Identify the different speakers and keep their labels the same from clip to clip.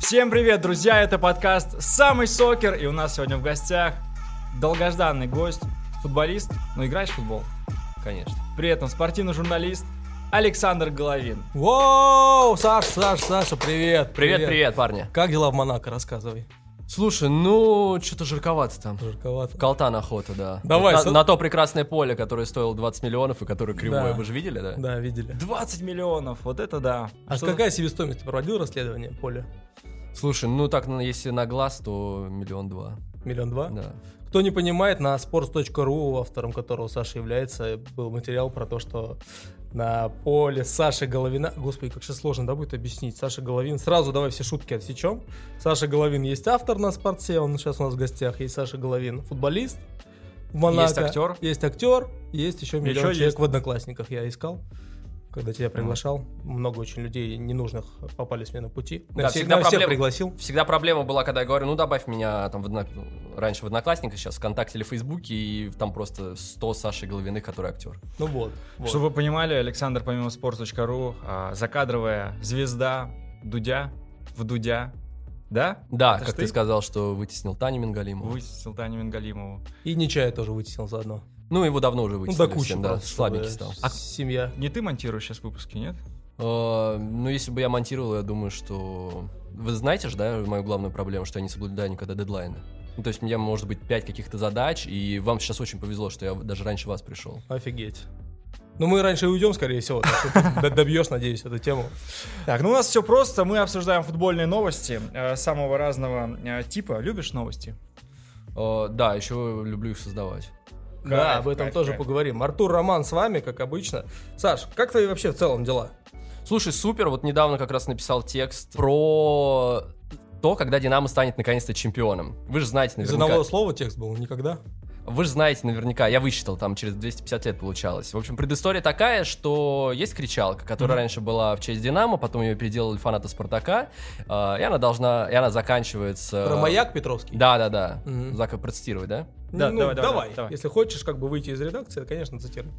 Speaker 1: Всем привет, друзья! Это подкаст «Самый сокер» и у нас сегодня в гостях долгожданный гость, футболист, ну играешь в футбол,
Speaker 2: Конечно.
Speaker 1: при этом спортивный журналист Александр Головин.
Speaker 3: Воу, Саш, Саш, Саша, привет.
Speaker 2: Привет, привет, парни.
Speaker 3: Как дела в Монако, рассказывай.
Speaker 2: Слушай, ну, что-то жарковато там.
Speaker 3: Жарковато.
Speaker 2: Калтан охота, да.
Speaker 3: Давай,
Speaker 2: На,
Speaker 3: со-
Speaker 2: на то прекрасное поле, которое стоило 20 миллионов и которое кривое.
Speaker 3: Да.
Speaker 2: Вы же видели, да?
Speaker 3: Да, видели.
Speaker 1: 20 миллионов, вот это да.
Speaker 3: А
Speaker 1: Что-
Speaker 3: какая себестоимость? Ты проводил расследование поле?
Speaker 2: Слушай, ну так, ну, если на глаз, то миллион два.
Speaker 3: Миллион два?
Speaker 2: Да.
Speaker 3: Кто не понимает, на sports.ru, автором которого Саша является, был материал про то, что на поле Саши Головина... Господи, как же сложно, да, будет объяснить. Саша Головин... Сразу давай все шутки отсечем. Саша Головин есть автор на спорте, он сейчас у нас в гостях. Есть Саша Головин, футболист в Монако.
Speaker 1: Есть актер.
Speaker 3: Есть актер, есть еще миллион
Speaker 1: Еще
Speaker 3: человек
Speaker 1: есть.
Speaker 3: в Одноклассниках. Я искал, когда тебя приглашал. Много очень людей ненужных попались мне на пути. Я
Speaker 2: Да,
Speaker 3: всех-
Speaker 2: всегда
Speaker 3: я всех
Speaker 2: проблема.
Speaker 3: пригласил.
Speaker 2: Всегда проблема была, когда я говорю, ну добавь меня там в одно- раньше в Одноклассниках, сейчас ВКонтакте или Фейсбуке, и там просто 100 Саши Головиных, который актер.
Speaker 3: Ну вот. вот.
Speaker 1: Чтобы вы понимали, Александр помимо sports.ru, а, закадровая звезда Дудя в Дудя, да?
Speaker 2: Да,
Speaker 1: Это ж
Speaker 2: как ты?
Speaker 1: ты?
Speaker 2: сказал, что вытеснил Таню Мингалимову.
Speaker 1: Высел Таню Мингалимову.
Speaker 3: И Нечая тоже вытеснил заодно.
Speaker 2: Ну, его давно уже
Speaker 3: Ну,
Speaker 2: вытеснили.
Speaker 3: до кучи,
Speaker 2: всем, да, А
Speaker 3: просто,
Speaker 2: слабенький
Speaker 3: чтобы
Speaker 2: стал.
Speaker 3: с- Семья.
Speaker 1: Не ты монтируешь сейчас выпуски, нет?
Speaker 2: Э, Ну, если бы я монтировал, я думаю, что... Вы знаете же, да, мою главную проблему, что я не соблюдаю никогда дедлайны. Ну, то есть у меня может быть пять каких-то задач, и вам сейчас очень повезло, что я даже раньше вас пришел.
Speaker 3: Офигеть. Ну, мы раньше и уйдем, скорее всего. так что ты Добьешь, надеюсь, эту тему.
Speaker 1: Так, ну у нас все просто, мы обсуждаем футбольные новости э, самого разного э, типа. Любишь новости?
Speaker 2: Э, Да, еще люблю их создавать.
Speaker 1: Кайф,
Speaker 3: Да, об этом
Speaker 1: кайф,
Speaker 3: тоже
Speaker 1: кайф.
Speaker 3: поговорим. Артур Роман с вами, как обычно. Саш, как твои вообще в целом дела?
Speaker 2: Слушай, супер, вот недавно как раз написал текст про то, когда Динамо станет наконец-то чемпионом. Вы же знаете
Speaker 3: Из
Speaker 2: наверняка.
Speaker 3: одного слова текст был никогда.
Speaker 2: Вы же знаете наверняка, я высчитал, там через 250 лет получалось. В общем, предыстория такая, что есть кричалка, которая раньше была в честь Динамо, потом ее переделали фанаты Спартака, э, и она должна, и она заканчивается...
Speaker 3: Про маяк Петровский.
Speaker 2: Да-да-да.
Speaker 3: Мгм.
Speaker 2: Зака, процитировать, да?
Speaker 1: Да,
Speaker 3: ну,
Speaker 1: давай,
Speaker 3: давай,
Speaker 1: давай, давай.
Speaker 3: Если хочешь, как бы выйти из редакции, конечно, цитируй.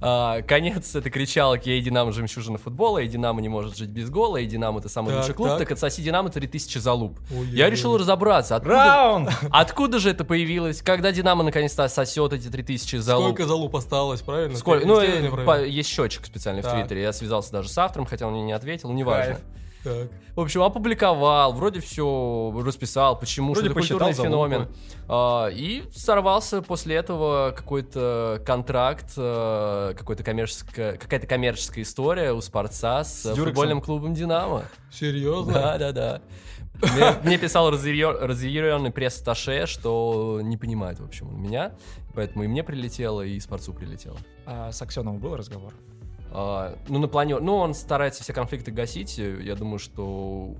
Speaker 2: А, конец этой кричалки «Эй, Динамо, жемчужина футбола», «Эй, Динамо не может жить без гола», «Эй, Динамо, ты самый
Speaker 3: Так,
Speaker 2: лучший клуб»,
Speaker 3: так.
Speaker 2: так отсоси Динамо 3000 за луп.
Speaker 3: Ой-ой-ой.
Speaker 2: Я решил разобраться, откуда,
Speaker 1: Раунд!
Speaker 2: откуда же это появилось, когда Динамо наконец-то сосет эти 3000 за луп.
Speaker 3: Сколько залуп осталось, правильно?
Speaker 2: Сколько?
Speaker 3: Ты
Speaker 2: Ну,
Speaker 3: исследование
Speaker 2: э,
Speaker 3: провел?
Speaker 2: по- есть счетчик специальный в
Speaker 3: Так.
Speaker 2: Твиттере. Я связался даже с автором, хотя он мне не ответил, неважно.
Speaker 1: Кайф.
Speaker 3: Так.
Speaker 2: В общем, опубликовал, вроде все расписал, почему,
Speaker 1: Вроде
Speaker 2: что это
Speaker 1: посчитал
Speaker 2: культурный
Speaker 1: залупы.
Speaker 2: феномен. А, и сорвался после этого какой-то контракт, э, какой-то коммерческая, какая-то коммерческая история у Спорца с, э,
Speaker 1: Дюрексом. Ну,
Speaker 2: футбольным клубом «Динамо».
Speaker 3: Серьезно?
Speaker 2: Да, да, да. Мне, мне писал разъяренный пресс-таше, что не понимает, в общем, он меня. Поэтому и мне прилетело, и Спорцу прилетело.
Speaker 1: А с Аксеновым был разговор?
Speaker 2: А, ну, на плане... Ну, он старается все конфликты гасить. Я думаю, что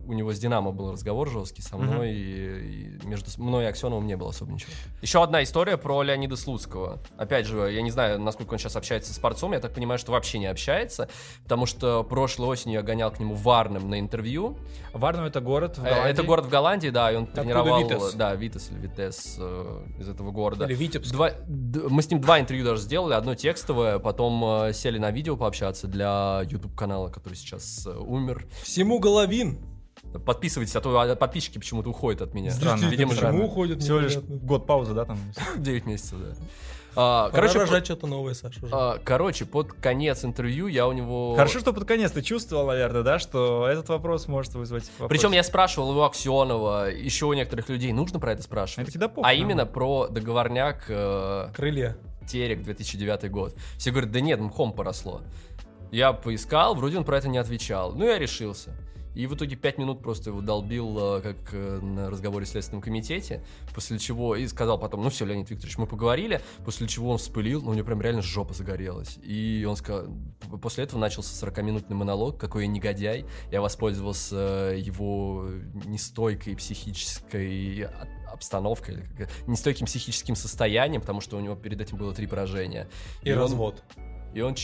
Speaker 2: у него с Динамо был разговор жесткий со мной, и, и между с- мной и Аксеновым не было особо ничего. Еще одна история про Леонида Слуцкого. Опять же, я не знаю, насколько он сейчас общается с Спорцом, я так понимаю, что вообще не общается, потому что прошлой осенью я гонял к нему Варным на интервью.
Speaker 1: Варну это город в
Speaker 2: Э, Это
Speaker 1: Голландии.
Speaker 2: город в Голландии, да, и он тренировал...
Speaker 3: Витес?
Speaker 2: Да, Витас или Витес э, из этого города.
Speaker 3: Или Витебск.
Speaker 2: Два- д- мы с ним два интервью даже сделали, одно текстовое, потом э, сели на видео пообщаться для YouTube канала, который сейчас э, умер.
Speaker 3: Всему Головин.
Speaker 2: Подписывайтесь, а то а, подписчики почему-то уходят от меня.
Speaker 1: Странно,
Speaker 3: Действительно,
Speaker 2: видимо,
Speaker 3: почему
Speaker 1: странно.
Speaker 3: уходит?
Speaker 1: Всего лишь
Speaker 3: непонятно.
Speaker 1: год паузы, да, там?
Speaker 2: 9 месяцев, да. А,
Speaker 3: Пора
Speaker 2: короче,
Speaker 3: рожать что-то новое, Саша.
Speaker 2: по-
Speaker 3: уже.
Speaker 2: а, короче, под конец интервью я у него.
Speaker 1: Хорошо, что под конец ты чувствовал, наверное, да, что этот вопрос может вызвать вопрос.
Speaker 2: Причем я спрашивал его Аксенова, еще у некоторых людей нужно про это спрашивать.
Speaker 1: Это всегда похуй,
Speaker 2: а
Speaker 1: ну.
Speaker 2: именно про договорняк э,
Speaker 3: Крылья.
Speaker 2: Терек 2009 год. Все говорят, да нет, мхом поросло. Я поискал, вроде он про это не отвечал. Ну, я решился. И в итоге пять минут просто его долбил, э, как э, на разговоре в Следственном комитете, после чего и сказал потом, ну все, Леонид Викторович, мы поговорили, после чего он вспылил, но у него прям реально жопа загорелась. И он сказал, п- после этого начался 40-минутный монолог, какой я негодяй, я воспользовался э, его нестойкой психической от- обстановкой, или как это, нестойким психическим состоянием, потому что у него перед этим было три поражения.
Speaker 3: И,
Speaker 2: он-
Speaker 3: развод.
Speaker 2: и он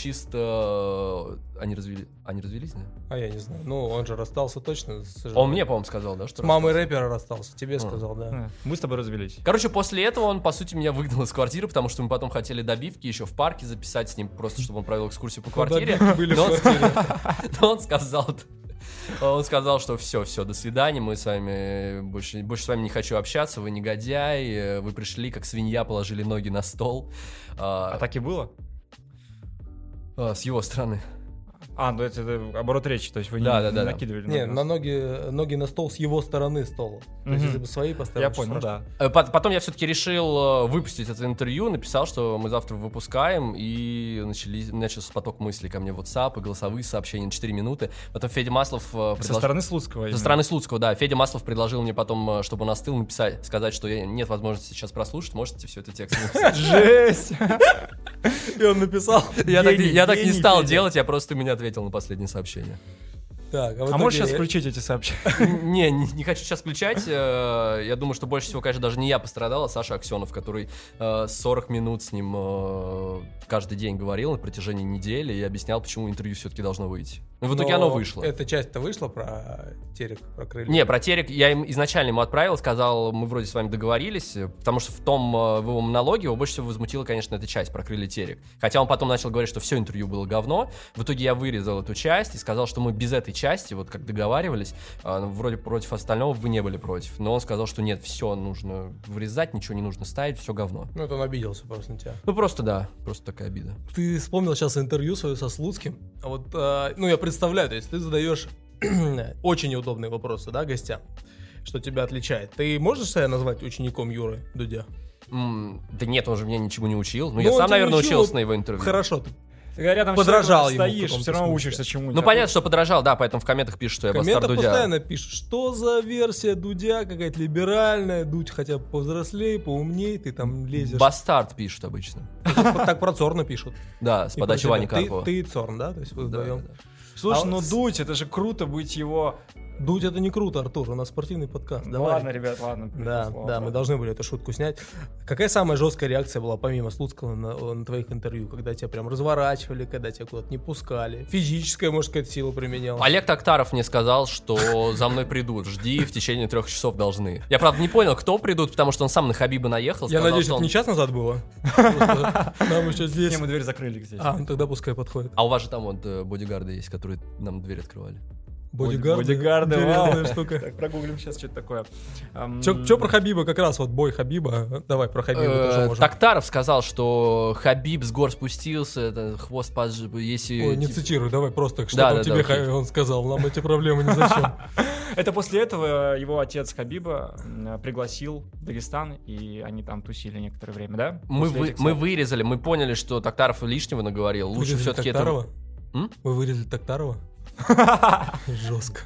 Speaker 2: чисто... Они, развели... они развелись, да?
Speaker 3: А я не знаю. Ну, он же расстался точно. с женой.
Speaker 2: Он мне, по-моему, сказал, да?
Speaker 3: С
Speaker 2: Что
Speaker 3: мамой рэпера расстался. Тебе
Speaker 2: А.
Speaker 3: сказал, да.
Speaker 1: Да. Э, Мы с тобой развелись.
Speaker 2: Короче, после этого он, по сути, меня выгнал из квартиры, потому что мы потом хотели добивки еще в парке записать с ним, просто чтобы он провел экскурсию по квартире.
Speaker 3: Подобитки были в
Speaker 2: Но он-
Speaker 3: квартире.
Speaker 2: но он сказал, Он сказал, что все, все, до свидания, мы с вами больше, больше с вами не хочу общаться, вы негодяй, э, вы пришли, как свинья, положили ноги на стол. А,
Speaker 1: А так и было?
Speaker 2: а, с его стороны.
Speaker 1: А, ну это, это оборот речи, то есть вы не-
Speaker 2: Да,
Speaker 1: не
Speaker 2: да,
Speaker 1: ну,
Speaker 2: да, да.
Speaker 1: накидывали.
Speaker 3: Не,
Speaker 1: нас.
Speaker 3: на ноги, ноги на стол с его стороны стола. То
Speaker 1: Мгм.
Speaker 3: есть, если бы свои поставили,
Speaker 1: Я
Speaker 3: ничего
Speaker 1: понял,
Speaker 3: страшного.
Speaker 1: да.
Speaker 2: Э, пот- Потом я все-таки решил э, выпустить это интервью, написал, что мы завтра выпускаем, и начались- начался поток мыслей ко мне в WhatsApp, и голосовые сообщения на 4 минуты. Потом Федя Маслов э,
Speaker 1: Со
Speaker 2: предложил-
Speaker 1: стороны Слуцкого. именно.
Speaker 2: Со стороны Слуцкого, да. Федя Маслов предложил мне потом, э, чтобы он остыл, написать, сказать, что я- нет возможности сейчас прослушать, можете все это текстом написать.
Speaker 1: Жесть! А
Speaker 3: И он написал.
Speaker 2: Я так не-
Speaker 1: Гений,
Speaker 2: я так не
Speaker 1: гений
Speaker 2: стал
Speaker 1: Федя.
Speaker 2: делать, я просто меня ответил на последнее сообщение.
Speaker 3: Так, в
Speaker 1: А можешь
Speaker 3: итоге-
Speaker 1: сейчас включить эти сообщения?
Speaker 2: Не, не не хочу сейчас включать. э, Я думаю, что больше всего, конечно, даже не я пострадал, а Саша Аксенов, который э, 40 минут с ним э, каждый день говорил на протяжении недели и объяснял, почему интервью все-таки должно выйти. Ну, в итоге
Speaker 3: Но
Speaker 2: оно вышло.
Speaker 3: Эта часть-то вышла про э, терек, про крылья.
Speaker 2: Не, про Терек я им изначально ему отправил, сказал, мы вроде с вами договорились, э, потому что в том э, в его монологе его больше всего возмутила, конечно, эта часть про крылья Терек. Хотя он потом начал говорить, что все интервью было говно. В итоге я вырезал эту часть и сказал, что мы без этой части, вот как договаривались, э, ну, вроде против остального вы не были против. Но он сказал, что нет, все нужно вырезать, ничего не нужно ставить, все говно.
Speaker 3: Ну, это он обиделся просто на тебя.
Speaker 2: Ну просто да, просто такая обида.
Speaker 3: Ты вспомнил сейчас интервью свое со Слуцким. А Вот, а, ну, я представляю, то есть ты задаешь очень неудобные вопросы, да, гостям, что тебя отличает. Ты можешь себя назвать учеником Юры Дудя?
Speaker 2: М, да нет, он же меня ничему не учил. Ну,
Speaker 3: Ну,
Speaker 2: я
Speaker 3: он
Speaker 2: сам,
Speaker 3: тебя не
Speaker 2: наверное,
Speaker 3: учил,
Speaker 2: учился на его интервью.
Speaker 3: Хорошо, ты
Speaker 1: Ты рядом с
Speaker 3: Подражал
Speaker 1: человеком
Speaker 3: ему в
Speaker 1: стоишь,
Speaker 3: каком-то
Speaker 1: все равно
Speaker 3: смысле.
Speaker 1: учишься чему-то.
Speaker 2: Ну понятно, что подражал, да, поэтому в комментах пишут, что я
Speaker 3: в комментах
Speaker 2: бастард Дудя.
Speaker 3: постоянно пишешь, что за версия Дудя, какая-то либеральная, Дудь хотя бы повзрослее, поумней, ты там лезешь.
Speaker 2: Бастард пишут обычно.
Speaker 3: Вот Так про Цорна пишут.
Speaker 2: Да, с
Speaker 3: И
Speaker 2: подачи
Speaker 3: про тебя.
Speaker 2: Вани
Speaker 3: Ты-
Speaker 2: Карпова.
Speaker 3: Ты и Цорн, да? То есть вы
Speaker 2: Да,
Speaker 3: вдвоем.
Speaker 2: да.
Speaker 1: Слушай,
Speaker 3: А
Speaker 1: ну
Speaker 3: с-
Speaker 1: дуть, это же круто быть его...
Speaker 3: Дудь это не круто, Артур, у нас спортивный подкаст.
Speaker 1: Ну
Speaker 3: давай.
Speaker 1: ладно, ребят, ладно.
Speaker 3: Да,
Speaker 1: перешло.
Speaker 3: да, мы должны были эту шутку снять. Какая самая жесткая реакция была, помимо Слуцкого, на, на твоих интервью? Когда тебя прям разворачивали, когда тебя куда-то не пускали? Физическая, может, какая-то сила применяла?
Speaker 2: Олег Токтаров мне сказал, что за мной придут. Жди, в течение трех часов должны. Я, правда, не понял, кто придут, потому что он сам на Хабиба наехал.
Speaker 3: Я
Speaker 2: сказал,
Speaker 3: надеюсь,
Speaker 2: что
Speaker 3: это
Speaker 2: он-
Speaker 3: не час назад было? Просто Нам еще
Speaker 1: Не,
Speaker 3: здесь...
Speaker 1: мы дверь закрыли здесь.
Speaker 3: А, ну тогда пускай подходит.
Speaker 2: А у вас же там вот э, бодигарды есть, которые нам дверь открывали.
Speaker 3: Бодигарды.
Speaker 1: Бодигарды,
Speaker 3: Интересная
Speaker 1: вау.
Speaker 3: штука.
Speaker 1: Так, прогуглим сейчас, что это такое. Ам,
Speaker 3: Че про Хабиба? Как раз вот бой Хабиба. Давай, про Хабиба тоже
Speaker 2: Э,
Speaker 3: можем.
Speaker 2: Токтаров сказал, что Хабиб с гор спустился, это хвост поджи- если...
Speaker 3: Ой, не
Speaker 2: типа,
Speaker 3: цитируй, давай просто, что
Speaker 2: Да,
Speaker 3: там
Speaker 2: да,
Speaker 3: тебе
Speaker 2: да, окей.
Speaker 3: Ха- он сказал, нам эти проблемы не зачем.
Speaker 1: Это после этого его отец Хабиба м, пригласил в Дагестан, и они там тусили некоторое время, да?
Speaker 2: Мы,
Speaker 1: После
Speaker 2: вы-
Speaker 1: этих
Speaker 2: мы
Speaker 1: слов.
Speaker 2: вырезали, мы поняли, что Токтаров лишнего наговорил. Лучше
Speaker 3: Вырезали
Speaker 2: все-таки это...
Speaker 3: Токтарова?
Speaker 2: М?
Speaker 3: Вы вырезали Токтарова? Жестко.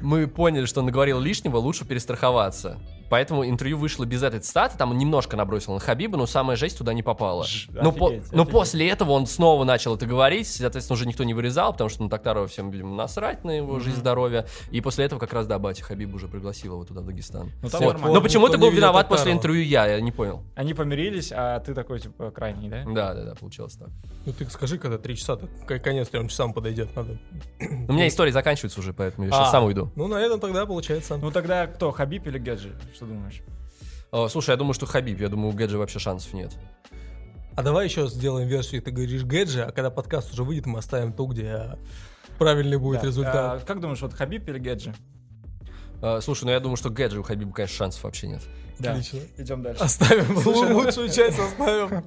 Speaker 2: мы поняли, что он наговорил лишнего, лучше перестраховаться. Поэтому интервью вышло без этой цитаты, там он немножко набросил на Хабиба, но самая жесть туда не попала.
Speaker 1: Ж,
Speaker 2: но, по-
Speaker 1: офигеть,
Speaker 2: но
Speaker 1: офигеть.
Speaker 2: после этого он снова начал это говорить, соответственно, уже никто не вырезал, потому что на Токтарова всем, видимо, насрать на его жизнь,
Speaker 1: Мгм.
Speaker 2: здоровье. И после этого как раз, да, батя Хабиб уже пригласил его туда, в Дагестан.
Speaker 1: Ну, там
Speaker 2: Вот.
Speaker 1: нормально.
Speaker 2: Но почему
Speaker 3: Никто
Speaker 2: ты
Speaker 3: не
Speaker 2: был
Speaker 3: видел
Speaker 2: виноват после
Speaker 3: Токтарова.
Speaker 2: интервью я, я не понял.
Speaker 1: Они помирились, а ты такой, типа, крайний, да?
Speaker 2: Да, да, да, получилось так.
Speaker 3: Ну ты скажи, когда три часа, так к- конец трем часам подойдет, надо.
Speaker 2: Но у
Speaker 1: Ну.
Speaker 2: меня история заканчивается уже, поэтому я сейчас
Speaker 3: А.
Speaker 2: сам уйду.
Speaker 3: Ну на этом тогда получается.
Speaker 1: Ну тогда кто, Хабиб или Геджи? Что думаешь?
Speaker 2: Э, слушай, я думаю, что Хабиб, я думаю, у Гэджи вообще шансов нет.
Speaker 3: А давай еще сделаем версию, ты говоришь Гэджи, а когда подкаст уже выйдет, мы оставим ту, где а, правильный будет
Speaker 1: Да.
Speaker 3: результат.
Speaker 1: А, как думаешь, вот Хабиб или Геджи?
Speaker 2: Э, слушай, ну я думаю, что Гэджи у Хабиба, конечно, шансов вообще нет.
Speaker 3: Отлично.
Speaker 1: Идем дальше.
Speaker 3: Оставим
Speaker 1: Слушай, ну-
Speaker 3: лучшую часть оставим.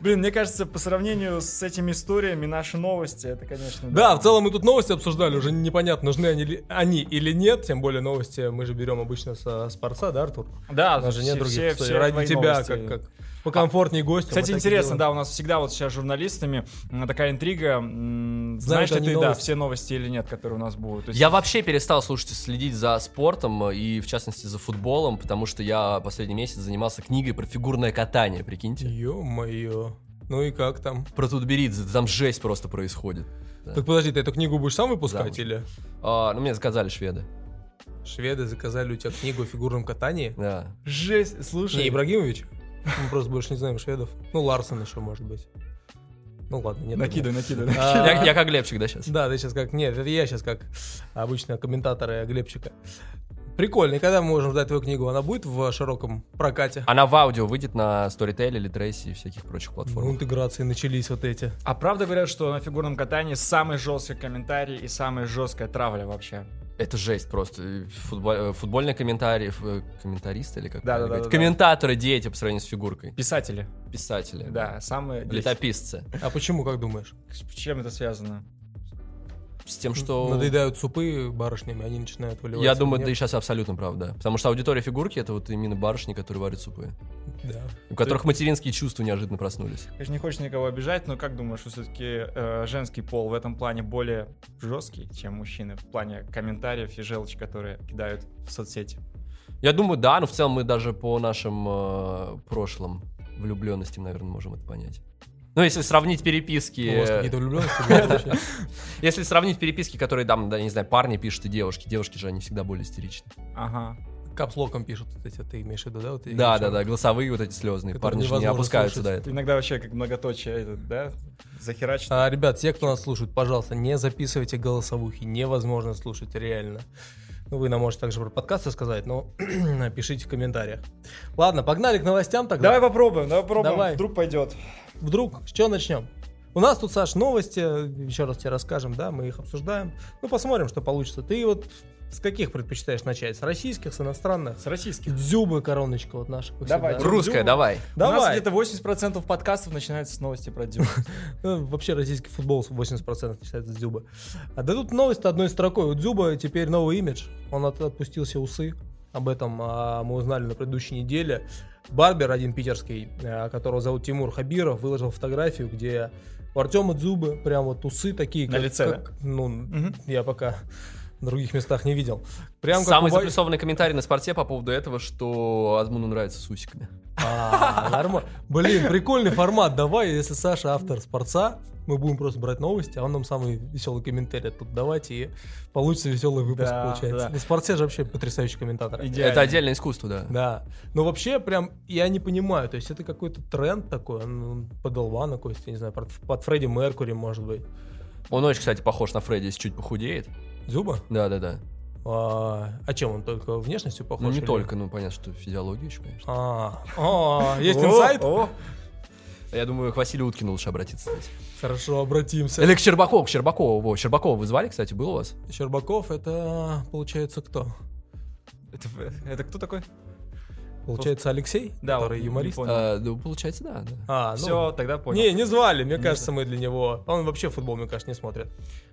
Speaker 1: Блин, мне кажется, по сравнению с этими историями, наши новости, это, конечно...
Speaker 3: Да, в целом мы тут новости обсуждали, уже непонятно, нужны они, ли- они или нет, тем более новости мы же берем обычно со Спорца, да, Артур?
Speaker 1: Да,
Speaker 3: У нас же
Speaker 1: А, все-
Speaker 3: нет других
Speaker 1: все-
Speaker 3: историй.
Speaker 1: все
Speaker 3: Ради
Speaker 1: твои
Speaker 3: тебя,
Speaker 1: новости.
Speaker 3: как, как покомфортнее гостю. мы
Speaker 1: Кстати,
Speaker 3: так и
Speaker 1: интересно,
Speaker 3: делаем.
Speaker 1: да, у нас всегда вот сейчас с журналистами м, такая интрига, м, знаешь
Speaker 3: Знают
Speaker 1: ли
Speaker 3: они
Speaker 1: ты, да,
Speaker 3: новости?
Speaker 1: все новости или нет, которые у нас будут. То есть-
Speaker 2: Я вообще перестал, слушайте, следить за спортом э, и, в частности, за футболом, потому что я последний месяц занимался книгой про фигурное катание, прикиньте.
Speaker 3: Ё-моё. Ну и как там?
Speaker 2: Про Тутберидзе, там жесть просто происходит. Да.
Speaker 3: Так подожди, ты эту книгу будешь сам выпускать
Speaker 2: Да.
Speaker 3: или?
Speaker 2: А, ну, мне заказали шведы.
Speaker 3: Шведы заказали у тебя книгу о фигурном катании.
Speaker 2: Да.
Speaker 1: Жесть, слушай.
Speaker 3: Не Ибрагимович. Мы просто больше не знаем шведов. Ну, Ларсон еще, может быть. Ну ладно, нет.
Speaker 1: накидывай, накидывай.
Speaker 3: нет. А,
Speaker 2: Я, я как Глебчик, да, сейчас?
Speaker 3: Да, ты сейчас как... Нет, это я сейчас как обычно комментаторы Глебчика. Прикольно. И когда мы можем ждать твою книгу? Она будет в широком прокате?
Speaker 2: Она в аудио выйдет на Storytel или Trace и всяких прочих
Speaker 3: Ну,
Speaker 2: платформах.
Speaker 3: интеграции начались вот эти.
Speaker 1: А правда говорят, что на фигурном катании самый жесткий комментарий и самая жесткая травля вообще?
Speaker 2: Это жесть просто. И футбо- э, Футбольные комментарии, ф- э, комментаристы или как
Speaker 1: Да, да, да,
Speaker 2: правильно говорить?
Speaker 1: да, да.
Speaker 2: Комментаторы, дети по сравнению с фигуркой.
Speaker 1: Писатели,
Speaker 2: Писатели.
Speaker 1: да, самые...
Speaker 2: Летописцы.
Speaker 3: А почему, как думаешь?
Speaker 1: С чем это связано?
Speaker 2: С
Speaker 3: Ну,
Speaker 2: тем, что...
Speaker 3: Надоедают супы барышнями, они начинают выливаться.
Speaker 2: Я думаю,
Speaker 3: Нет?
Speaker 2: да и сейчас абсолютно правда. Потому что аудитория фигурки это вот именно барышни, которые варят супы.
Speaker 3: Да.
Speaker 2: У которых материнские чувства неожиданно проснулись.
Speaker 1: Конечно, не хочешь никого обижать, но как думаешь, что все-таки женский пол в этом плане более жесткий, чем мужчины в плане комментариев и желчь, которые кидают в соцсети?
Speaker 2: Я думаю, да, но в целом мы даже по нашим э, прошлым влюбленностям, наверное, можем это понять. Ну, если сравнить переписки...
Speaker 3: У вас
Speaker 2: э,
Speaker 3: какие-то влюбленности были вообще?
Speaker 2: Если сравнить переписки, которые там, да, не знаю, парни пишут и девушки. Девушки же, они всегда более истеричны.
Speaker 1: Ага.
Speaker 3: Капслоком пишут вот эти, ты имеешь в виду, да? вот эти
Speaker 2: Да, да,
Speaker 3: девчонки?
Speaker 2: да, голосовые вот эти слезные.
Speaker 3: Которые
Speaker 2: Парни же не
Speaker 3: невозможно
Speaker 2: опускаются до
Speaker 3: слушать.
Speaker 2: этого.
Speaker 1: Иногда вообще как многоточие, этот, да, захерачит.
Speaker 3: А, ребят, те, кто нас слушает, пожалуйста, не записывайте голосовухи. Невозможно слушать, реально. Ну, Вы нам можете также про подкасты сказать, но пишите в комментариях. Ладно, погнали к новостям тогда.
Speaker 1: Давай попробуем, давай попробуем,
Speaker 3: Давай.
Speaker 1: вдруг пойдет.
Speaker 3: Вдруг, с чего начнем? У нас тут, Саш, новости, еще раз тебе расскажем, да, мы их обсуждаем. Ну, посмотрим, что получится. Ты вот с каких предпочитаешь начать? С российских, с иностранных?
Speaker 1: С российским.
Speaker 3: Дзюбы короночка вот наша. как
Speaker 1: Давай,
Speaker 3: всегда.
Speaker 1: Ру-
Speaker 2: Русская, давай.
Speaker 1: У нас
Speaker 3: Давай.
Speaker 1: где-то 80% подкастов начинается с новости про Дюну.
Speaker 3: Ну, вообще российский футбол 80% считается с Дзюба. А да тут новость одной строкой. У Дзюба теперь новый имидж. Он от- отпустил все усы. Об этом а, мы узнали на предыдущей неделе. Барбер, один питерский, а, которого зовут Тимур Хабиров, выложил фотографию, где у Артема Дзюбы прям вот усы такие.
Speaker 1: На лице,
Speaker 3: ну,
Speaker 1: Мгм.
Speaker 3: я пока в других местах не видел. Прям как
Speaker 2: Самый
Speaker 3: у Ба-
Speaker 2: заплюсованный комментарий на спорте по поводу этого, что Азмуну нравится с усиками.
Speaker 3: А, нормально. Блин, прикольный формат. Давай, если Саша автор спорца, мы будем просто брать новости, а он нам самый веселый комментарий тут давать, и получится веселый выпуск,
Speaker 1: Да,
Speaker 3: получается.
Speaker 1: да.
Speaker 3: На спорте же вообще потрясающий комментатор.
Speaker 1: Идеально.
Speaker 2: Это отдельное искусство, да.
Speaker 3: Да. Но вообще, прям, я не понимаю, то есть это какой-то тренд такой, он он под Элвана какой-то, я не знаю, под, под Фредди Меркури, может быть.
Speaker 2: Он очень, кстати, похож на Фредди, если чуть похудеет.
Speaker 3: Дзюба?
Speaker 2: Да-да-да.
Speaker 3: А, а чем он только внешностью похож?
Speaker 2: Ну, не
Speaker 3: или-
Speaker 2: только, ну, понятно, что физиология еще, конечно.
Speaker 3: А, а, есть
Speaker 1: О,
Speaker 3: инсайт?
Speaker 1: о.
Speaker 2: Я думаю, к Василию Уткину лучше обратиться здесь.
Speaker 3: Хорошо, обратимся.
Speaker 2: Или к Щербакову, к Щербакову. Во, Щербакова вы звали, кстати, был у вас?
Speaker 3: Щербаков, это, получается, кто?
Speaker 1: Это, это кто такой?
Speaker 3: Получается, Алексей,
Speaker 1: Да, вот
Speaker 3: который
Speaker 1: не
Speaker 3: юморист.
Speaker 1: понял.
Speaker 2: А, ну, получается, да, да.
Speaker 3: А, ну,
Speaker 1: Все, тогда понял.
Speaker 3: Не, не звали, мне
Speaker 1: Не
Speaker 3: кажется, мы для него. Он вообще футбол, мне кажется, не смотрит.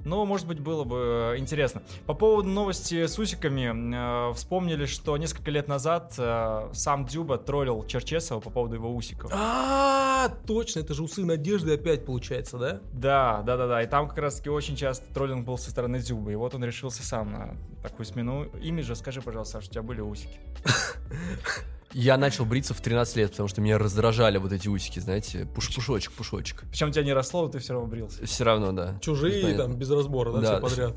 Speaker 1: Но, Ну, может быть, было бы э, интересно. По поводу новости с усиками. э, вспомнили, что несколько лет назад э, сам Дюба троллил Черчесова по поводу его усиков.
Speaker 3: А, точно, это же усы надежды опять получается, да?
Speaker 1: Да, да, да, да. И там как раз таки очень часто троллинг был со стороны Дюбы. И вот он решился сам на такую смену имиджа. Скажи, пожалуйста, Саш, у тебя были усики?
Speaker 2: Я начал бриться в 13 лет, потому что меня раздражали вот эти усики, знаете, пуш пушочек, пушочек.
Speaker 1: Причем тебя не росло, но ты все равно брился.
Speaker 2: Все равно, да.
Speaker 3: Чужие
Speaker 2: Понятно.
Speaker 3: там без разбора, да,
Speaker 2: Да.
Speaker 3: все подряд.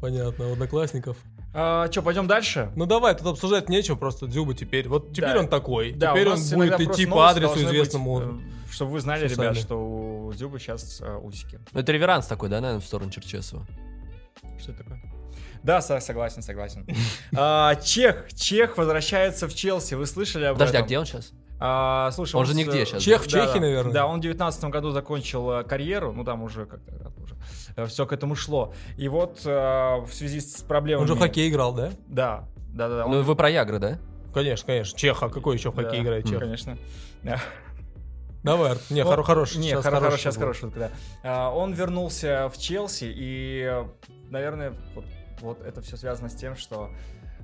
Speaker 3: Понятно, у одноклассников.
Speaker 1: А, Че, пойдем дальше?
Speaker 3: Ну давай, тут обсуждать нечего, просто Дзюба теперь. Вот теперь
Speaker 1: Да.
Speaker 3: он такой.
Speaker 1: Да,
Speaker 3: теперь
Speaker 1: у
Speaker 3: он
Speaker 1: нас иногда
Speaker 3: будет
Speaker 1: просто
Speaker 3: идти по
Speaker 1: новости
Speaker 3: адресу
Speaker 1: должны быть,
Speaker 3: известному.
Speaker 1: э, чтобы вы знали,
Speaker 3: Сусами.
Speaker 1: ребят, что у Дюбы сейчас усики.
Speaker 2: Ну, это реверанс такой, да, наверное, в сторону Черчесова.
Speaker 1: Что это такое? Да, Са- согласен, согласен. А, Чех, Чех возвращается в Челси. Вы слышали об
Speaker 2: Подожди, а
Speaker 1: этом?
Speaker 2: где он сейчас?
Speaker 1: А, слушай,
Speaker 2: Он же
Speaker 1: с-
Speaker 2: нигде щас.
Speaker 3: Чех в
Speaker 1: Да,
Speaker 3: Чехии,
Speaker 1: да.
Speaker 3: наверное.
Speaker 1: Да, он в 19 году закончил э, карьеру, ну там уже как-то все к этому шло. И вот э, в связи с проблемами...
Speaker 3: Он же в хоккей играл, да?
Speaker 1: Да, да, да. да, он-
Speaker 2: Ну, вы про Ягры, да?
Speaker 3: Конечно, конечно. Чех, а какой еще в хоккей
Speaker 1: да,
Speaker 3: играет
Speaker 1: ну,
Speaker 3: Чех?
Speaker 1: Конечно.
Speaker 3: Давай, Арт, не,
Speaker 1: Он-
Speaker 3: хоро- хороший.
Speaker 1: Не,
Speaker 3: сейчас
Speaker 1: хоро- хорош,
Speaker 3: хороший
Speaker 1: сейчас
Speaker 3: футбол.
Speaker 1: хороший шутка, да. А, Он вернулся в Челси, и, э, наверное, вот, вот это все связано с тем, что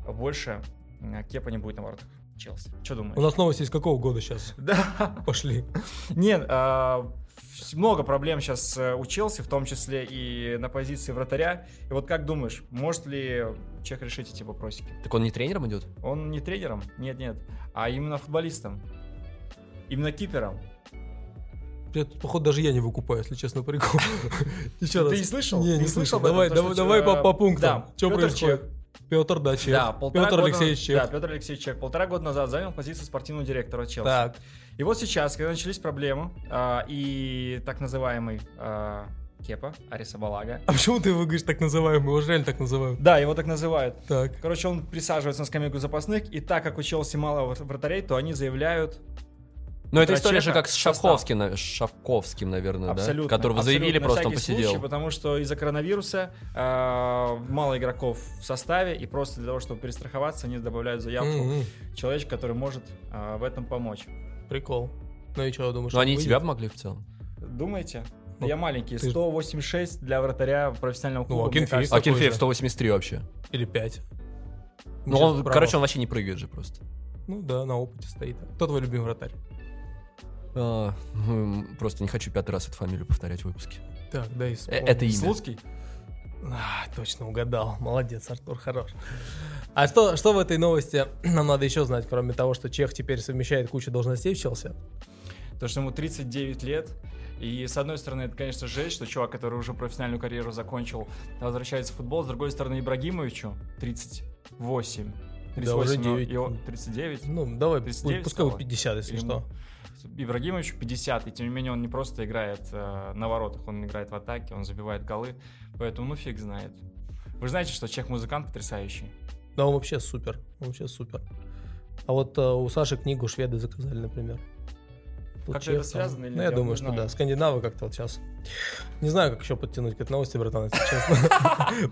Speaker 1: больше э, Кепа не будет на воротах Челси. Что думаешь?
Speaker 3: У нас новости из какого года сейчас?
Speaker 1: Да.
Speaker 3: Пошли.
Speaker 1: Нет, а, вс- много проблем сейчас у Челси, в том числе и на позиции вратаря. И вот как думаешь, может ли Чех решить эти вопросики?
Speaker 2: Так он не тренером идет?
Speaker 1: Он не тренером? Нет, нет. А именно футболистом. Именно кипером.
Speaker 3: Я тут, походу, даже я не выкупаю, если честно, прикол. Еще
Speaker 1: Ты не слышал?
Speaker 3: Не,
Speaker 1: Не
Speaker 3: не
Speaker 1: слышал
Speaker 3: слышал.
Speaker 1: об этом,
Speaker 3: Давай,
Speaker 1: потому
Speaker 3: давай,
Speaker 1: что,
Speaker 3: давай
Speaker 1: э,
Speaker 3: по по пунктам.
Speaker 1: да,
Speaker 3: Что
Speaker 1: Пётр
Speaker 3: происходит? Петр, да, Чех.
Speaker 2: Да,
Speaker 1: полтора
Speaker 3: Петр
Speaker 1: года-
Speaker 3: Алексеевич
Speaker 1: Да,
Speaker 3: Чех.
Speaker 1: Петр Алексеевич Чех полтора года назад занял позицию спортивного директора Челси.
Speaker 3: Так,
Speaker 1: И вот сейчас, когда начались проблемы а, и так называемый а, Кепа Ариса Балага.
Speaker 3: А почему ты его говоришь так называемый? Его же реально так называют.
Speaker 1: Да, его так называют.
Speaker 3: Так.
Speaker 1: Короче, он присаживается на скамейку запасных, и так как у Челси мало вра- вратарей, то они заявляют...
Speaker 2: Но Ну, это история же
Speaker 1: Трачеха
Speaker 2: как с
Speaker 1: в состав.
Speaker 2: Шавковским, нав- с Шавковским, наверное,
Speaker 1: Абсолютно.
Speaker 2: Ну да? Которого
Speaker 1: абсолютно,
Speaker 2: заявили,
Speaker 1: на
Speaker 2: просто он
Speaker 1: всякий
Speaker 2: посидел.
Speaker 1: случай, потому что из-за коронавируса а, мало игроков в составе, и просто для того, чтобы перестраховаться, они добавляют заявку
Speaker 3: М-м,
Speaker 1: человечка, который может а, в этом помочь.
Speaker 3: Прикол. Ну и что, думаешь?
Speaker 2: Но
Speaker 3: он
Speaker 2: они и
Speaker 3: выйдет?
Speaker 2: тебя помогли в целом.
Speaker 1: Думаете?
Speaker 3: Ну,
Speaker 1: Я маленький,
Speaker 3: ты ж-
Speaker 1: 186 для вратаря профессионального клуба. мне
Speaker 3: Акинфеев.
Speaker 1: кажется.
Speaker 2: А
Speaker 3: такой
Speaker 2: Кенфеев
Speaker 3: же.
Speaker 2: 183 вообще.
Speaker 3: Или пять.
Speaker 2: Ну,
Speaker 3: Сейчас
Speaker 2: он,
Speaker 3: справа.
Speaker 2: короче, он вообще не прыгает же просто.
Speaker 3: Ну да, на опыте стоит. Кто твой любимый вратарь?
Speaker 2: А, м, просто не хочу пятый раз эту фамилию повторять в выпуске.
Speaker 3: Так, да и
Speaker 2: Э, это имя.
Speaker 1: Слуцкий?
Speaker 3: А, точно угадал. Молодец, Артур, хорош. А что, что в этой новости нам надо еще знать, кроме того, что Чех теперь совмещает кучу должностей в Челси?
Speaker 1: То, что ему 39 лет. И с одной стороны, это, конечно, жесть, что чувак, который уже профессиональную карьеру закончил, возвращается в футбол. С другой стороны, Ибрагимовичу 38. 38
Speaker 3: Да, уже
Speaker 1: но
Speaker 3: 9.
Speaker 1: его 39.
Speaker 3: Ну, давай,
Speaker 1: 39
Speaker 3: пу- пускай будет
Speaker 1: стало?
Speaker 3: 50, если
Speaker 1: Или
Speaker 3: что.
Speaker 1: Ибрагимовичу 50, и тем не менее он не просто играет э, на воротах, он играет в атаке, он забивает голы, поэтому ну фиг знает. Вы же знаете, что чех-музыкант потрясающий.
Speaker 3: Да, он вообще супер. Он вообще супер. А вот э, у Саши книгу шведы заказали, например. Тут
Speaker 1: Как-то
Speaker 3: чех
Speaker 1: это
Speaker 3: там.
Speaker 1: связано или
Speaker 3: Ну,
Speaker 1: нет,
Speaker 3: я
Speaker 1: я
Speaker 3: думаю,
Speaker 1: не
Speaker 3: что
Speaker 1: знаю.
Speaker 3: да. Скандинавы как-то вот сейчас. Не знаю, как еще подтянуть к этой новости, братан, если честно.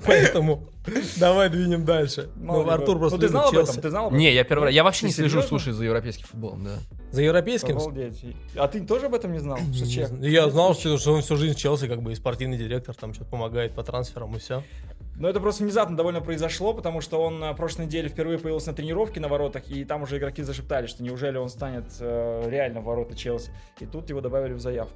Speaker 3: Поэтому давай двинем дальше. Ну, Артур просто
Speaker 1: ты
Speaker 3: любит
Speaker 1: знал об этом?
Speaker 3: Челси.
Speaker 1: Ты знал об этом?
Speaker 2: Не, я первый раз. Я вообще
Speaker 1: Ты
Speaker 2: не слежу,
Speaker 1: серьезно?
Speaker 2: слушай, за европейским футболом, да.
Speaker 3: За европейским?
Speaker 1: Обалдеть. А ты тоже об этом не знал? Что
Speaker 3: Не
Speaker 1: чех?
Speaker 3: знаю. Я знал, что, что он всю жизнь в Челси, как бы и спортивный директор, там что-то помогает по трансферам и все.
Speaker 1: Но это просто внезапно довольно произошло, потому что он на прошлой неделе впервые появился на тренировке на воротах, и там уже игроки зашептали, что неужели он станет э, реально в ворота Челси. И тут его добавили в заявку.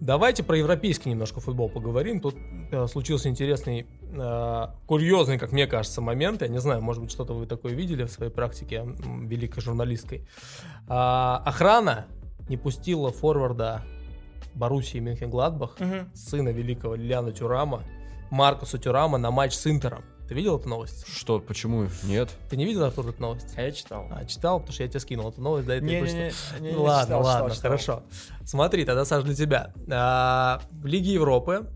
Speaker 3: Давайте про европейский немножко футбол поговорим. Тут э, случился интересный, э, курьезный, как мне кажется, момент. Я не знаю, может быть, что-то вы такое видели в своей практике м, великой журналистской. А, охрана не пустила форварда Боруссии Мюнхен-Гладбах, сына великого Лиляна Тюрама, Маркуса Тюрама на матч с Интером. Ты видел эту новость?
Speaker 2: Что, почему? Нет.
Speaker 3: Ты не видел, Артур, эту новость?
Speaker 1: А я читал.
Speaker 3: А, читал, потому что я тебе скинул эту новость, да, и ты
Speaker 1: Не-не-не,
Speaker 3: прочитал.
Speaker 1: не-не,
Speaker 3: Ну
Speaker 1: не
Speaker 3: ладно,
Speaker 1: читал,
Speaker 3: ладно,
Speaker 1: читал, читал.
Speaker 3: хорошо. Смотри, тогда, Саш, для тебя. А, в Лиге Европы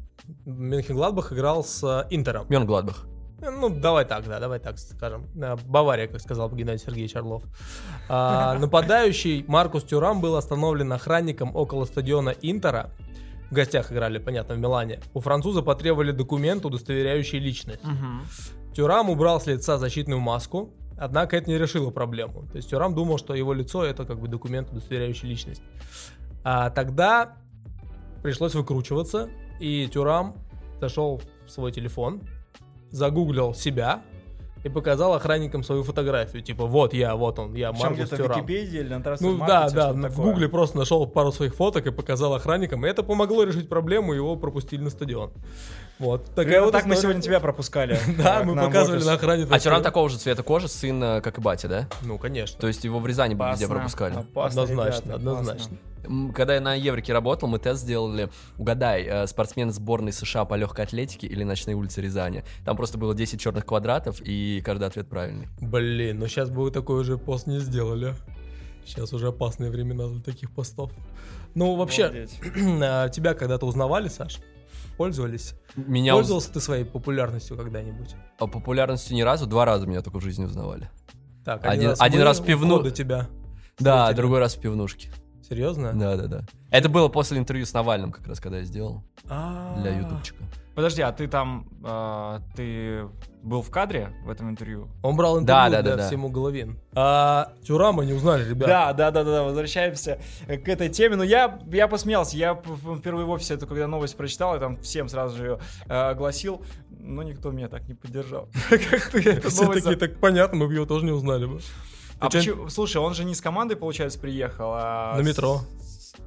Speaker 3: Мюнхен-Гладбах играл с э, Интером.
Speaker 2: Мён Гладбах.
Speaker 3: Ну, давай так, да, давай так скажем. Э, Бавария, как сказал бы Геннадий Сергеевич Орлов. А, нападающий Маркус Тюрам был остановлен охранником около стадиона Интера. В гостях играли, понятно, в Милане. У француза потребовали документ, удостоверяющий личность. Тюрам убрал с лица защитную маску, однако это не решило проблему. То есть Тюрам думал, что его лицо это как бы документ, удостоверяющий личность. А тогда пришлось выкручиваться, и Тюрам зашел в свой телефон, загуглил себя и показал охранникам свою фотографию. Типа, вот я, вот он, я
Speaker 1: Причем
Speaker 3: Маркус
Speaker 1: где-то в
Speaker 3: Тюрам.
Speaker 1: Википедии или на Transfer
Speaker 3: Ну
Speaker 1: Market,
Speaker 3: да,
Speaker 1: или
Speaker 3: да,
Speaker 1: что-то
Speaker 3: в
Speaker 1: такое.
Speaker 3: Гугле просто нашел пару своих фоток и показал охранникам. И это помогло решить проблему, и его пропустили на стадион. Вот.
Speaker 1: Такая
Speaker 3: Такая
Speaker 1: вот
Speaker 3: вот
Speaker 1: Ну, так мы
Speaker 3: история.
Speaker 1: сегодня тебя пропускали.
Speaker 3: Да,
Speaker 1: э, к
Speaker 3: мы
Speaker 1: нам в
Speaker 3: показывали
Speaker 1: офис.
Speaker 3: на охране.
Speaker 2: А
Speaker 3: твой
Speaker 2: Тюрам
Speaker 3: Тюрам.
Speaker 2: такого же цвета кожи, сын, э, как и батя, да?
Speaker 3: Ну, конечно.
Speaker 2: То есть его в Рязани бы везде
Speaker 1: Опасно,
Speaker 2: пропускали.
Speaker 1: опасно,
Speaker 3: Однозначно,
Speaker 1: ребята,
Speaker 3: однозначно.
Speaker 2: М, Когда я на Еврике работал, мы тест сделали. Угадай, э, спортсмен сборной США по легкой атлетике или ночной улице Рязани. Там просто было 10 черных квадратов, и каждый ответ правильный.
Speaker 3: Блин, ну сейчас бы вы такой уже пост не сделали. Сейчас уже опасные времена для таких постов. Ну, вообще,
Speaker 1: Обалдеть.
Speaker 3: а, тебя когда-то узнавали, Саш? Пользовались?
Speaker 2: Меня уз-
Speaker 3: Пользовался ты своей популярностью когда-нибудь?
Speaker 2: а популярностью ни разу, два раза меня только в жизни узнавали.
Speaker 3: Так,
Speaker 2: Один- один
Speaker 3: мы
Speaker 2: раз
Speaker 3: у
Speaker 2: пивну-
Speaker 3: входа тебя.
Speaker 2: Да,
Speaker 3: Смотрели.
Speaker 2: другой раз в пивнушке.
Speaker 3: Серьезно?
Speaker 2: Да, да, да. Это было после интервью с Навальным, как раз, когда я сделал для
Speaker 1: А.
Speaker 2: ютубчика.
Speaker 1: Подожди, а ты там, а, ты был в кадре в этом интервью?
Speaker 3: Он брал интервью
Speaker 2: Да, да, да,
Speaker 3: для
Speaker 2: да.
Speaker 3: всему головин. А Тюрама не узнали,
Speaker 1: Да,
Speaker 3: ребята.
Speaker 1: да, да, да, да, возвращаемся э, к этой теме. Но я, я посмеялся, я п- п- впервые в офисе эту, когда новость прочитал, я там всем сразу же ее э, огласил, но никто меня так не поддержал. Как ты эту
Speaker 3: Все
Speaker 1: новость за-
Speaker 3: такие, так понятно, мы бы его тоже не узнали бы.
Speaker 1: А
Speaker 3: чё-
Speaker 1: почему- Слушай, он же не с командой, получается, приехал, а...
Speaker 3: На
Speaker 1: с-
Speaker 3: метро.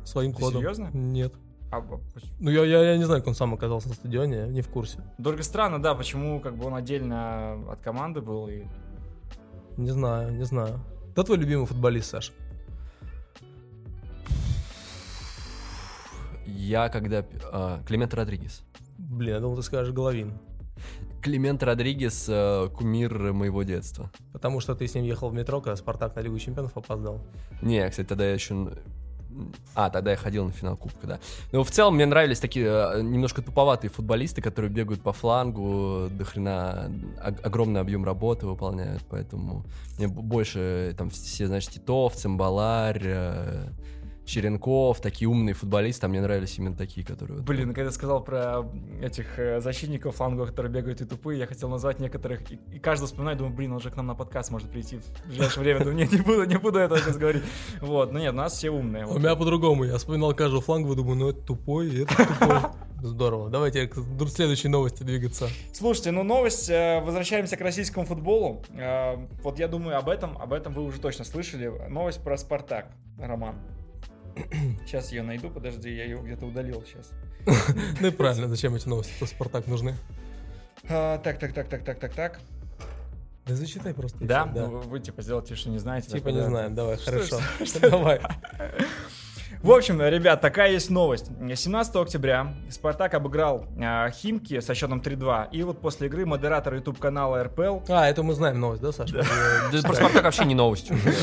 Speaker 3: Своим
Speaker 1: Ты
Speaker 3: ходом.
Speaker 1: серьезно?
Speaker 3: Нет.
Speaker 1: а, б- поч-
Speaker 3: Ну, я, я, я не знаю, как он сам оказался на стадионе, я не в курсе.
Speaker 1: Только странно, да, почему как бы он отдельно от команды был и...
Speaker 3: Не знаю, не знаю. Кто твой любимый футболист, Саш?
Speaker 2: Я когда... пи- а, Климент Родригес.
Speaker 3: Блин, я думал, ты скажешь Головин.
Speaker 2: Климент Родригес э, кумир моего детства.
Speaker 3: Потому что ты с ним ехал в метро, когда Спартак на Лигу Чемпионов опоздал.
Speaker 2: Не, кстати, тогда я еще... н- А, тогда я ходил на финал Кубка, да. Но в целом мне нравились такие э, немножко туповатые футболисты, которые бегают по флангу, до хрена ог- огромный объем работы выполняют, поэтому мне б- больше э, там все, знаешь, Титов, Цимбаларь, э, Черенков, такие умные футболисты, а мне нравились именно такие, которые... вот-
Speaker 1: Блин, когда ты сказал про этих э, защитников флангов, которые бегают и тупые, я хотел назвать некоторых, и, и каждый вспоминает, думаю, блин, он же к нам на подкаст может прийти в ближайшее время, думаю, нет, не буду, не буду этого сейчас говорить. Вот, ну нет, нас все умные.
Speaker 3: У
Speaker 1: вот.
Speaker 3: меня по-другому. Я вспоминал каждую фланговую, думаю, ну это тупой, и это тупой. Здорово. Давайте к д- следующей новости двигаться.
Speaker 1: Слушайте, ну новость, э, возвращаемся к российскому футболу. Э, Вот я думаю, об этом, об этом вы уже точно слышали. Новость про Спартак, Роман. Сейчас ее найду, подожди, я ее где-то удалил сейчас.
Speaker 3: Ну и правильно, зачем эти новости про Спартак нужны?
Speaker 1: А, Так, так, так, так, так, так, так.
Speaker 3: Да зачитай просто. и
Speaker 1: Да?
Speaker 3: всё,
Speaker 1: Ну, вы типа сделайте, что не знаете.
Speaker 3: Типа
Speaker 1: так,
Speaker 3: не
Speaker 1: да.
Speaker 3: знаем, давай,
Speaker 1: Что
Speaker 3: хорошо.
Speaker 1: это?
Speaker 3: Давай.
Speaker 1: В общем, ребят, такая есть новость. 17 октября Спартак обыграл э, Химки со счетом 3-2. И вот после игры модератор YouTube канала РПЛ
Speaker 3: А, это мы знаем новость, да, Саша?
Speaker 2: Да, про Спартак вообще не новость уже.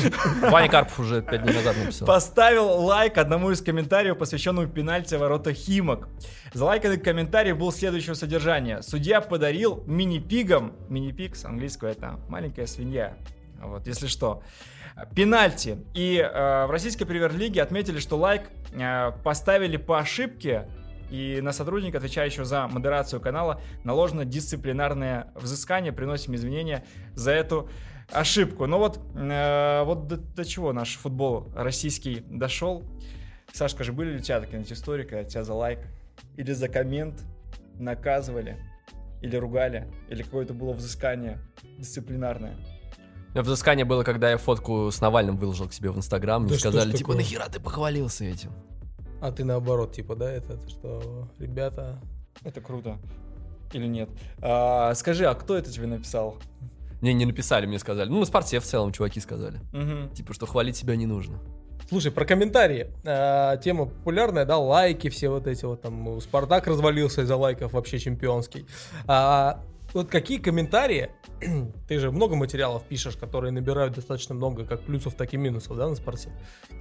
Speaker 2: Ваня Карпов уже пять дней назад написал.
Speaker 1: поставил лайк одному из комментариев, посвященному пенальти ворота Химок. Залайканный комментарий был следующего содержания. Судья подарил мини-пигам, мини-пиг с английского это маленькая свинья, вот, если что, пенальти. И э, в российской премьер-лиге отметили, что лайк э, поставили по ошибке, и на сотрудника, отвечающего за модерацию канала, наложено дисциплинарное взыскание. Приносим извинения за эту ошибку. Но вот, э, вот до, до чего наш футбол российский дошел. Сашка же были ли у тебя такие истории, когда тебя за лайк или за коммент наказывали, или ругали, или какое-то было взыскание дисциплинарное?
Speaker 2: Взыскание было, когда я фотку с Навальным выложил к себе в Инстаграм. Мне
Speaker 3: Да что ж
Speaker 2: сказали, типа,
Speaker 3: такое?
Speaker 2: нахера ты похвалился этим?
Speaker 3: А ты наоборот, типа, да, это это что, ребята,
Speaker 1: Это круто. Или нет? А, скажи, а кто это тебе написал?
Speaker 2: Мне не написали, мне сказали. Ну, на спорте в целом чуваки сказали.
Speaker 1: Мгм.
Speaker 2: Типа, что хвалить себя не нужно.
Speaker 3: Слушай, про комментарии. А, тема популярная, да, лайки все вот эти вот там. ну, Спартак развалился из-за лайков, вообще чемпионский. А, вот какие комментарии, ты же много материалов пишешь, которые набирают достаточно много как плюсов, так и минусов, да, на спорте.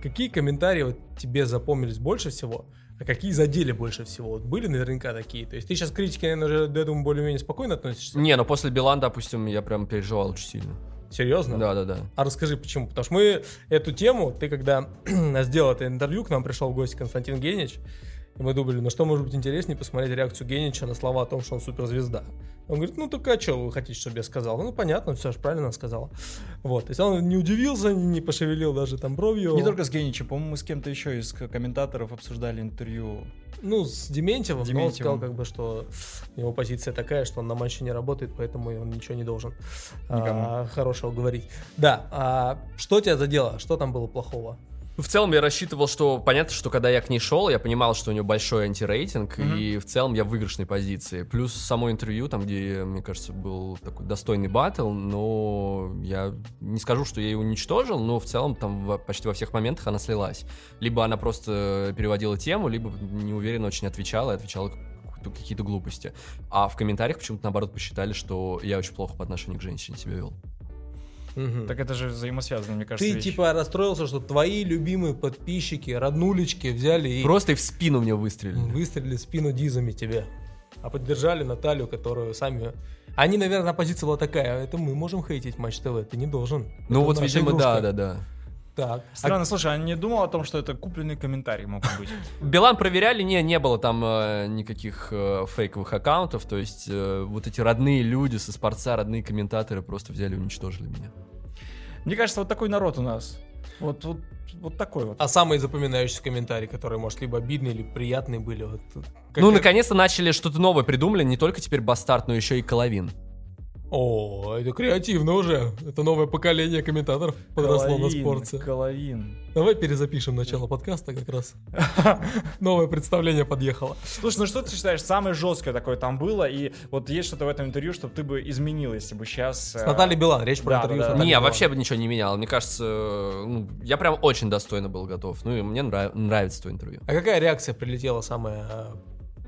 Speaker 3: Какие комментарии вот тебе запомнились больше всего, а какие задели больше всего? Вот были наверняка такие. То есть ты сейчас к критике, наверное, уже, я думаю, более-менее спокойно относишься.
Speaker 2: Не, ну после Билан, допустим, я прям переживал очень сильно.
Speaker 3: Серьезно?
Speaker 2: Да, да, да.
Speaker 3: А расскажи почему. Потому что мы эту тему, ты когда сделал это интервью, к нам пришел в гости Константин Генич, и мы думали, ну что может быть интереснее посмотреть реакцию Генича на слова о том, что он суперзвезда. Он говорит, ну только а что вы хотите, чтобы я сказал? Ну понятно, все же правильно она сказала. Вот, то есть он не удивился, не пошевелил даже там бровью.
Speaker 1: Не только с Геничем, по-моему, мы с кем-то еще из к- комментаторов обсуждали интервью.
Speaker 3: Ну, с Дементьевым, но он
Speaker 1: Дементьевым.
Speaker 3: сказал как бы, что его позиция такая, что он на матче не работает, поэтому и он ничего не должен а,
Speaker 1: Никому.
Speaker 3: хорошего говорить. Да, а что тебя задело? Что там было плохого?
Speaker 2: Ну, В целом я рассчитывал, что понятно, что когда я к ней шел, я понимал, что у нее большой антирейтинг,
Speaker 1: Мгм.
Speaker 2: и в целом я в выигрышной позиции. Плюс само интервью, там, где, мне кажется, был такой достойный баттл, но я не скажу, что я ее уничтожил, но в целом там во- почти во всех моментах она слилась. Либо она просто переводила тему, либо неуверенно очень отвечала и отвечала какую-то- какие-то глупости. А в комментариях почему-то наоборот посчитали, что я очень плохо по отношению к женщине себя вел.
Speaker 3: Мгм.
Speaker 1: Так это же взаимосвязано, мне кажется.
Speaker 3: Ты
Speaker 1: вещи.
Speaker 3: типа расстроился, что твои любимые подписчики, роднулечки взяли и
Speaker 2: Просто и в спину мне выстрелили.
Speaker 3: выстрелили в спину дизами тебе. А поддержали Наталью, которую сами... Они, наверное, позиция была такая, это мы можем хейтить Матч ТВ, ты не должен.
Speaker 2: Ну
Speaker 3: Это
Speaker 2: вот,
Speaker 3: наша
Speaker 2: видимо, да,
Speaker 3: игрушка».
Speaker 2: да, да.
Speaker 3: Так.
Speaker 1: Странно, слушай, а не думал о том, что это купленный комментарий мог быть?
Speaker 2: Билан проверяли, не, не было там э, никаких э, фейковых аккаунтов, то есть э, вот эти родные люди со спорца, родные комментаторы просто взяли и уничтожили меня.
Speaker 1: Мне кажется, вот такой народ у нас. Вот, вот, вот такой вот.
Speaker 3: А самые запоминающиеся комментарии, которые, может, либо обидные, либо приятные были. Вот, как
Speaker 2: ну,
Speaker 3: это-
Speaker 2: наконец-то начали что-то новое придумали, не только теперь Бастард, но еще и Коловин.
Speaker 3: О, это креативно уже. Это новое поколение комментаторов подросло на
Speaker 1: Головин,
Speaker 3: спорте.
Speaker 1: Головин.
Speaker 3: Давай перезапишем начало подкаста как раз. Новое представление подъехало.
Speaker 1: Слушай, ну что ты считаешь, самое жесткое такое там было? И вот есть что-то в этом интервью, чтобы ты бы изменил, если бы сейчас...
Speaker 3: С Натальей Билан, речь
Speaker 1: Э, да,
Speaker 3: про интервью
Speaker 1: да,
Speaker 3: с
Speaker 1: да.
Speaker 3: Натальей
Speaker 2: не,
Speaker 3: Билан.
Speaker 2: вообще бы ничего не менял. Мне кажется, э, ну, я прям очень достойно был готов. Ну, и мне нрав- нравится то интервью.
Speaker 3: А какая реакция прилетела самая, э,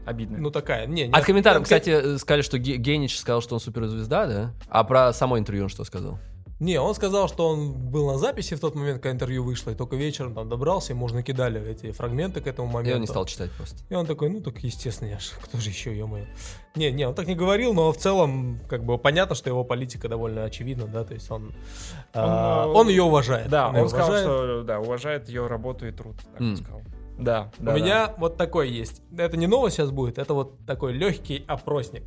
Speaker 1: Обидно.
Speaker 3: ну такая? Не, не
Speaker 2: От комментариев,
Speaker 3: там,
Speaker 2: кстати, э, сказали, что Ге- Генич сказал, что он суперзвезда, да? А про само интервью он что сказал?
Speaker 3: Не, он сказал, что он был на записи в тот момент, когда интервью вышло, и только вечером там добрался, и можно кидали эти фрагменты к этому моменту.
Speaker 2: Я его не стал читать просто.
Speaker 3: И он такой, ну так естественно, я ж, кто же еще, ё-моё. Не, не, он так не говорил, но в целом, как бы, понятно, что его политика довольно очевидна, да, то есть он, а,
Speaker 1: э,
Speaker 3: он ее уважает.
Speaker 1: Да,
Speaker 3: её
Speaker 1: он сказал,
Speaker 3: уважает.
Speaker 1: что да, уважает ее работу и труд. Так он
Speaker 2: М.
Speaker 1: сказал. Да, да. да.
Speaker 3: У меня вот такой есть. Это не новость сейчас будет, это вот такой легкий опросник.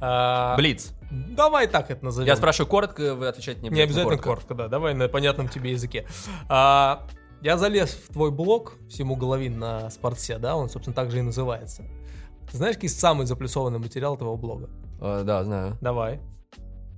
Speaker 3: А,
Speaker 2: Блиц.
Speaker 3: Давай так это назовем.
Speaker 2: Я спрашиваю коротко, вы отвечаете мне
Speaker 3: Не обязательно коротко. да, давай на понятном тебе языке. А, я залез в твой блог, всему головин на спорте, да, он, собственно, так же и называется. Ты знаешь, какой самый заплюсованный материал твоего блога?
Speaker 2: Э, да, знаю.
Speaker 3: Давай.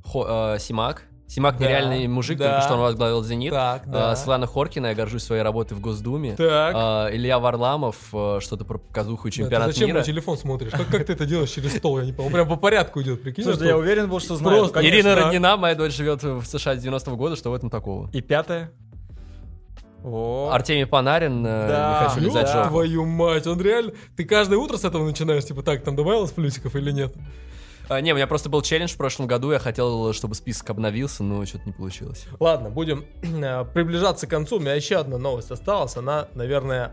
Speaker 2: Хо- э, Симак. Симак
Speaker 3: Да,
Speaker 2: нереальный мужик,
Speaker 3: да.
Speaker 2: только что он возглавил «Зенит».
Speaker 3: Так, да.
Speaker 2: Э, Светлана Хоркина, я горжусь своей работой в Госдуме.
Speaker 3: Так.
Speaker 2: Э, Илья Варламов, э, что-то про показуху и
Speaker 3: Да, ты
Speaker 2: чемпионат
Speaker 3: зачем
Speaker 2: мира.
Speaker 3: на телефон смотришь? Как, как ты это делаешь через стол? Я не понял. Прям по порядку идет, прикинь.
Speaker 1: Слушай, да
Speaker 3: что-
Speaker 1: я уверен был, что знаю.
Speaker 3: Просто
Speaker 1: конечно.
Speaker 2: Ирина Роднина, моя дочь, живет в США с 90-го года, что в этом такого?
Speaker 1: И пятое. О.
Speaker 2: Артемий Панарин, э,
Speaker 1: Да.
Speaker 2: не хочу
Speaker 3: Ёб
Speaker 2: лизать
Speaker 1: Да.
Speaker 2: жопу.
Speaker 3: твою мать, он реально... Ты каждое утро с этого начинаешь, типа, так, там добавилось плюсиков или нет?
Speaker 2: А, не, у меня просто был челлендж в прошлом году, я хотел, чтобы список обновился, но что-то не получилось.
Speaker 3: Ладно, будем э, приближаться к концу. У меня еще одна новость осталась. Она, наверное,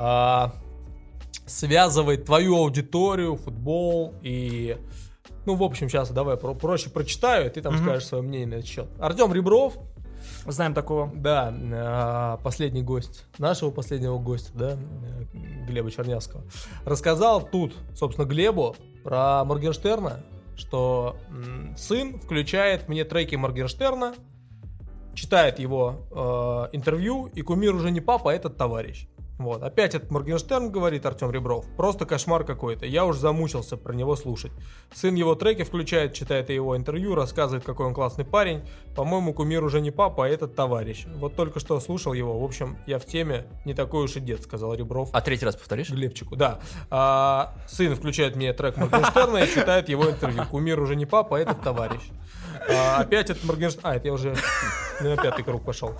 Speaker 3: а, связывает твою аудиторию, футбол и... Ну, в общем, сейчас давай про- проще прочитаю, и ты там
Speaker 1: Мгм.
Speaker 3: скажешь свое мнение на этот счет. Артем Ребров,
Speaker 1: Знаем такого.
Speaker 3: да, а, последний гость, нашего последнего гостя, да, э, Глеба Чернявского, рассказал тут, собственно, Глебу про Моргенштерна, что м, сын включает мне треки Моргенштерна, читает его э, интервью, и кумир уже не папа, а этот товарищ. Вот, опять этот Моргенштерн говорит Артем Ребров. Просто кошмар какой-то. Я уж замучился про него слушать. Сын его треки включает, читает его интервью, рассказывает, какой он классный парень. По-моему, кумир уже не папа, а этот товарищ. Вот только что слушал его. В общем, я в теме не такой уж и дед, сказал Ребров.
Speaker 2: А третий раз повторишь?
Speaker 3: Глебчику, да. А, сын включает мне трек Моргенштерна и читает его интервью. Кумир уже не папа, а этот товарищ. А, опять этот Моргенштерн... А, это я уже ну, на пятый круг пошел.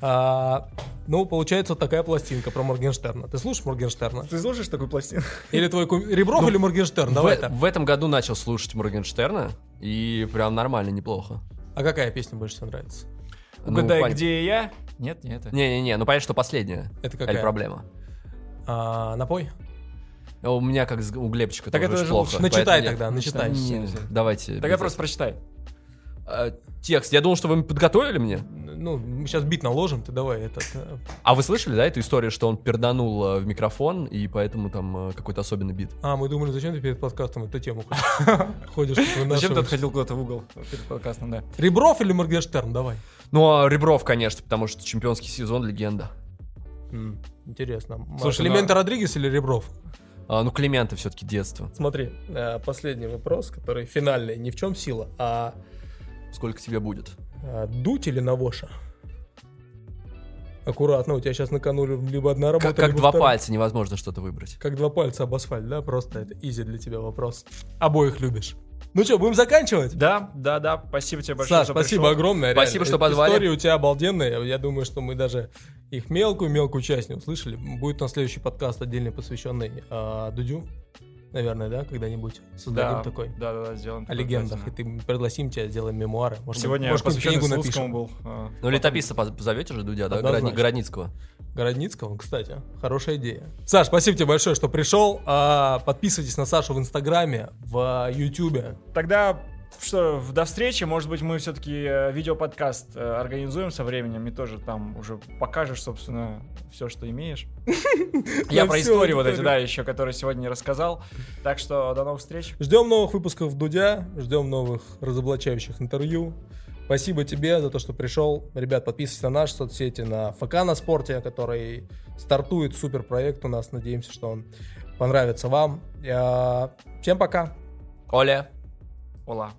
Speaker 3: А, ну, получается, вот такая пластинка про Моргенштерна. Ты слушаешь Моргенштерна?
Speaker 1: Ты слушаешь такую пластину?
Speaker 3: Или твой кум... Ребров или Моргенштерн? ну Давай
Speaker 2: в,
Speaker 3: так.
Speaker 2: в этом году начал слушать Моргенштерна, и прям нормально, неплохо.
Speaker 3: А какая песня больше всего нравится?
Speaker 2: Ну,
Speaker 1: Угадай,
Speaker 2: пон-
Speaker 1: где я? Нет, не это.
Speaker 2: Не-не-не, ну понятно, что последняя.
Speaker 3: Это
Speaker 2: Или
Speaker 3: какая?
Speaker 2: проблема.
Speaker 3: А, напой?
Speaker 2: А У меня как с- у Глебчика
Speaker 1: Так
Speaker 2: тоже
Speaker 1: это
Speaker 2: очень
Speaker 1: же
Speaker 2: плохо.
Speaker 1: лучше.
Speaker 2: поэтому
Speaker 3: Начитай
Speaker 2: я-
Speaker 3: тогда, начитай.
Speaker 2: Не, Давайте.
Speaker 1: Тогда просто прочитай.
Speaker 2: А, Текст. Я думал, что вы подготовили мне.
Speaker 3: Ну, мы сейчас бит наложим, ты давай этот... э,
Speaker 2: А вы слышали, да, эту историю, что он перданул э, в микрофон, и поэтому там э, какой-то особенный бит?
Speaker 3: А, мы думали, зачем ты перед подкастом эту тему ходишь?
Speaker 1: Зачем ты
Speaker 3: вынашиваешь?
Speaker 1: отходил куда-то в угол перед подкастом, да?
Speaker 3: Ребров или Моргенштерн? Давай.
Speaker 2: Ну, а Ребров, конечно, потому что чемпионский сезон — легенда.
Speaker 3: Интересно.
Speaker 1: Слушай,
Speaker 3: Слушай, Клименто Родригес или Ребров?
Speaker 2: А, ну, Климента все-таки детство.
Speaker 3: Смотри, э, последний вопрос, который финальный. Не в чем сила, а
Speaker 2: Сколько тебе будет?
Speaker 3: э, дуть или навоша? Аккуратно, у тебя сейчас наканули либо одна работа,
Speaker 2: Как, как
Speaker 3: либо
Speaker 2: два
Speaker 3: вторая.
Speaker 2: пальца, невозможно что-то выбрать.
Speaker 3: Как два пальца об асфальт, да? Просто это изи для тебя вопрос. Обоих любишь. Ну что, будем заканчивать?
Speaker 1: Да, да, да. Спасибо тебе большое,
Speaker 3: Саш,
Speaker 1: что
Speaker 3: спасибо
Speaker 1: пришел.
Speaker 3: огромное.
Speaker 2: Спасибо, что
Speaker 3: Э,
Speaker 2: позвали.
Speaker 3: Истории у тебя обалденные. Я думаю, что мы даже их мелкую-мелкую часть не услышали. Будет на следующий подкаст отдельно посвященный э, Дудю, наверное, да, когда-нибудь создадим
Speaker 1: Да,
Speaker 3: такой
Speaker 1: Да, да, да, сделаем.
Speaker 3: о
Speaker 1: такое
Speaker 3: легендах. И
Speaker 1: обязательно.
Speaker 3: ты пригласим тебя, сделаем мемуары. Может,
Speaker 1: Сегодня
Speaker 3: может, какую-нибудь
Speaker 1: посвященный
Speaker 3: книгу
Speaker 1: Слуцкому
Speaker 3: напишем.
Speaker 1: был. а,
Speaker 2: Ну, летописца поз- позовете же Дудя, да?
Speaker 3: Однозначно.
Speaker 2: Городни- Городницкого.
Speaker 3: Городницкого, кстати, хорошая идея. Саш, спасибо тебе большое, что пришел. А, подписывайтесь на Сашу в Инстаграме, в а, Ютубе.
Speaker 1: Тогда что, в- до встречи, может быть, мы все-таки э, видеоподкаст э, организуем со временем, и тоже там уже покажешь, собственно, все, что имеешь. Я
Speaker 3: На
Speaker 1: про
Speaker 3: всю
Speaker 1: истории вот эти,
Speaker 3: аудиторию.
Speaker 1: да, еще, которые сегодня не рассказал. Так что до новых встреч.
Speaker 3: Ждем новых выпусков Дудя, ждем новых разоблачающих интервью. Спасибо тебе за то, что пришел. Ребят, подписывайтесь на наши соцсети, на ФК на спорте, который стартует супер проект у нас. Надеемся, что он понравится вам. Я- Всем пока.
Speaker 2: Оля,
Speaker 1: Ола.